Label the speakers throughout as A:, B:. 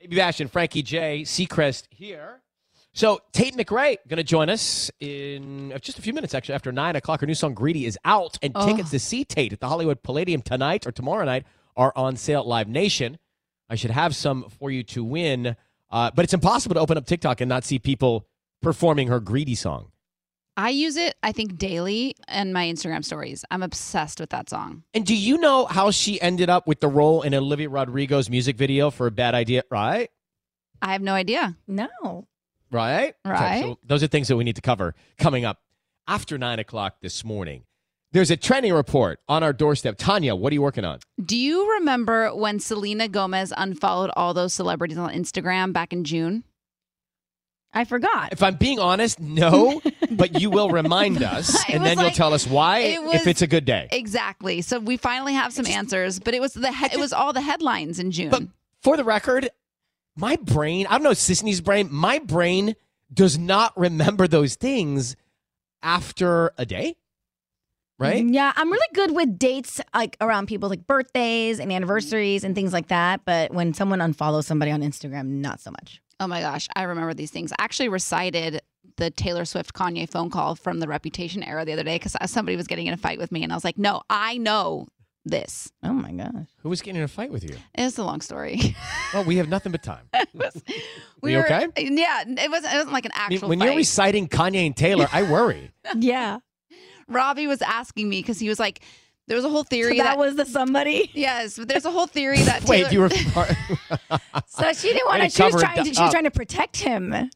A: Baby Bash and Frankie J. Seacrest here. So Tate McRae going to join us in uh, just a few minutes, actually, after 9 o'clock. Her new song, Greedy, is out, and tickets to see Tate at the Hollywood Palladium tonight or tomorrow night are on sale at Live Nation. I should have some for you to win, uh, but it's impossible to open up TikTok and not see people performing her Greedy song.
B: I use it, I think, daily in my Instagram stories. I'm obsessed with that song.
A: And do you know how she ended up with the role in Olivia Rodrigo's music video for A Bad Idea? Right?
B: I have no idea.
C: No.
A: Right?
B: Right.
A: so those are things that we need to cover coming up after nine o'clock this morning. There's a trending report on our doorstep. Tanya, what are you working on?
B: Do you remember when Selena Gomez unfollowed all those celebrities on Instagram back in June?
C: I forgot.
A: If I'm being honest, no, but you will remind us,
B: It
A: and
B: was
A: then you'll
B: like-
A: tell us why
B: it was-
A: if it's a good day.
B: Exactly. So we finally have some answers, but it was the he- it was all the headlines in June.
A: But for the record, my brain, I don't know, Sisney's brain, my brain does not remember those things after a day, right?
C: Yeah, I'm really good with dates like around people like birthdays and anniversaries and things like that. But when someone unfollows somebody on Instagram, not so much.
B: oh my gosh, I remember these things. I actually recited the Taylor Swift Kanye phone call from the Reputation era the other day because somebody was getting in a fight with me, and I was like, "No, I know this."
C: Oh my gosh.
A: Who was getting in a fight with you?
B: It's a long story.
A: Well, we have nothing but time.
B: we
A: You
B: were-
A: okay?
B: Yeah, it wasn't. It wasn't like an
A: I mean,
B: actual.
A: when
B: fight.
A: you're reciting Kanye and Taylor, I worry.
C: Yeah.
B: Robbie was asking me because he was like, there was a whole theory
C: that,
B: that,
C: was the somebody.
B: yes, but there's a whole theory that Uh, Taylor,
A: Wait, you were.
C: So she didn't want
A: Way
C: to.
A: to
C: She was
A: cover it
C: trying to. She
A: up.
C: was trying to protect him.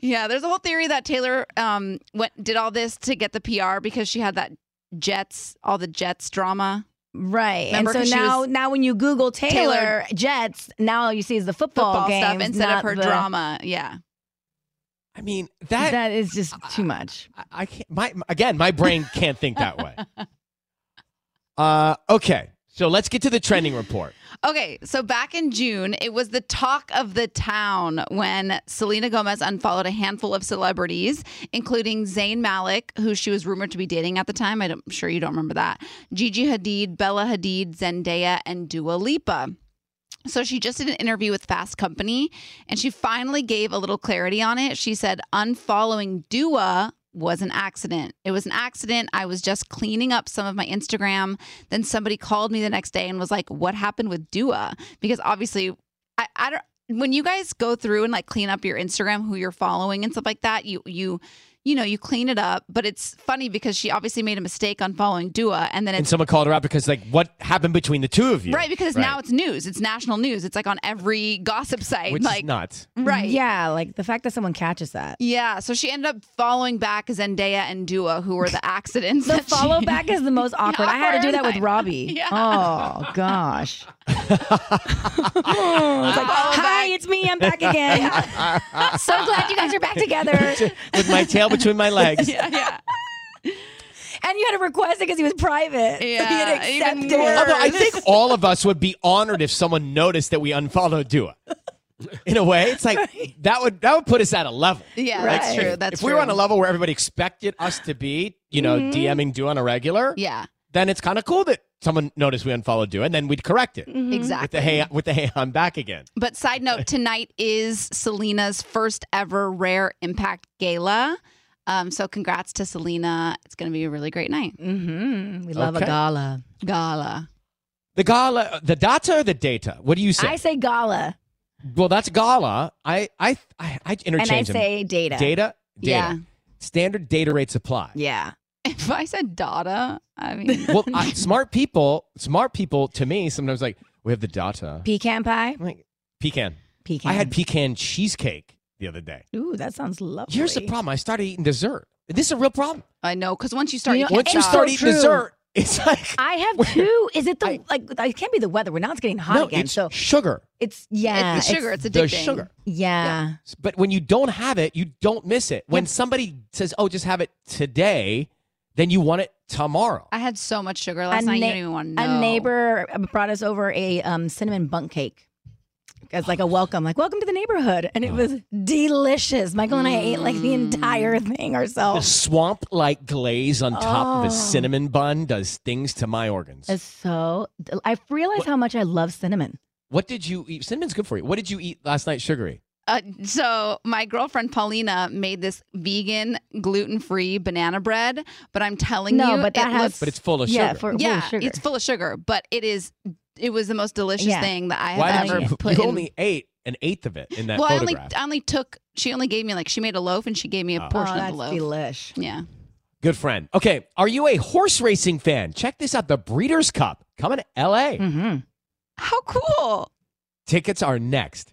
B: yeah, there's a whole theory that Taylor um went did all this to get the PR because she had that Jets, all the Jets drama.
C: Right.
B: Remember,
C: and
B: 'cause
C: so
B: she
C: now,
B: was-
C: now when you Google Taylor,
B: Taylor-
C: Jets, now all you see is the football,
B: Football stuff
C: games,
B: instead of
C: not
B: her
C: the-
B: drama. Yeah.
A: I mean, that.
C: That is just too much.
A: I- I can't. My again, my brain can't think that way. Uh, okay, so let's get to the trending report.
B: Okay, so back in June, it was the talk of the town when Selena Gomez unfollowed a handful of celebrities, including Zayn Malik, who she was rumored to be dating at the time. I don't- I'm sure you don't remember that. Gigi Hadid, Bella Hadid, Zendaya, and Dua Lipa. So she just did an interview with Fast Company and she finally gave a little clarity on it. She said, unfollowing Dua was an accident. It was an accident. I was just cleaning up some of my Instagram. Then somebody called me the next day and was like, what happened with Dua? Because obviously, I, I don't. When you guys go through and like clean up your Instagram, who you're following and stuff like that, you you you know, you clean it up. But it's funny because she obviously made a mistake on following Dua, and then
A: And
B: it's
A: someone called her out because like what happened between the two of you?
B: right because now it's news. It's national news. It's like on every gossip site.
A: which
B: like
A: is nuts.
B: right.
C: Yeah, like the fact that someone catches that.
B: Yeah, so she ended up following back Zendaya and Dua, who were the accidents.
C: The
B: that she-
C: follow back is the most awkward. I had to do that with
B: Awkward.
C: Robbie.
B: Yeah.
C: Oh gosh.
B: The follow
C: Hi,
B: back.
C: it's me. I'm back again. so glad you guys are back together.
A: With my tail between my legs.
B: Yeah, yeah.
C: And you had to request it because he was private.
B: Yeah,
C: he
B: even
C: didn't accept
B: worse.
C: it.
A: Although I think all of us would be honored if someone noticed that we unfollowed Dua. In a way, it's like that would that would put us at a level.
B: Yeah,
C: Right.
B: that's true. That's
A: if we were on
B: true. Mm-hmm.
A: a level where everybody expected us to be, you know, DMing Dua on a regular,
B: Yeah,
A: then it's kind of cool that someone noticed we unfollowed Dua, and then we'd correct it
C: Mm-hmm.
A: with
B: exactly.
A: the hey with the hey I'm back again.
B: But side note, tonight is Selena's first ever Rare Impact Gala. Um, so congrats to Selena. It's going to be a really great night.
C: Mm-hmm. We love
A: Okay.
C: a gala.
B: Gala.
A: The gala, the data, or the data. What do you say?
C: I say gala,
A: well, that's gala. I I I, I
C: and I
A: interchange them.
C: say data.
A: data, data.
B: Yeah.
A: Standard data rate supply.
C: Yeah.
B: If I said Dada, I mean,
A: Well, I, smart people, smart people to me sometimes like we have the data.
C: Pecan pie.
A: I'm like pecan.
C: Pecan.
A: I had pecan cheesecake the other day.
C: Ooh, that sounds lovely.
A: Here's the problem. I started eating dessert. This is a real problem.
B: I know because once you start, you
C: You know,
B: can't
A: Once you
C: so
B: stop.
A: start eating
C: true.
A: dessert, it's like
C: I have two. Is it the like? It can't be the weather. We're now it's getting hot
A: no,
C: again.
A: it's
C: So
A: sugar.
C: it's yeah.
B: it's the sugar. It's addicting.
A: The sugar.
C: Yeah.
A: But when you don't have it, you don't miss it. When somebody says, "Oh, just have it today," then you want it tomorrow.
B: I had so much sugar last
C: A
B: night. you
C: na-
B: don't even want to know.
C: A neighbor brought us over a um, cinnamon bunk cake as like a welcome, like welcome to the neighborhood, and it
A: Oh.
C: was delicious. Michael and I ate like the
B: Mm.
C: entire thing
B: Oh.
A: the
C: ourselves.
A: swamp-like glaze on top of a
C: Oh.
A: cinnamon bun does things to my organs.
C: It's so I realized how much I love cinnamon.
A: what did you eat? Cinnamon's good for you. What did you eat last night? Sugary.
B: Uh, so my girlfriend Paulina made this vegan, gluten-free banana bread, but I'm telling
C: No,
B: you,
C: but that
B: it
C: has-
B: looks-
A: But it's full of
C: yeah,
A: sugar.
C: for
B: yeah,
C: full of sugar.
B: it's full of sugar, but it is. It was the most delicious
C: Yeah.
B: thing that I have
A: Why did
B: ever
A: you,
B: put
A: you
B: in.
A: only ate an eighth of it in that
B: well, I only,
A: photograph?
B: I only took. She only gave me like she made a loaf and she gave me a
A: Oh.
B: portion
C: oh,
B: of
C: that's
B: the loaf.
C: delish.
B: yeah,
A: Good friend. Okay, are you a horse racing fan? Check this out: the Breeders' Cup coming to L.A.
B: Hmm.
C: Mm-hmm.
B: how cool!
A: Tickets are next.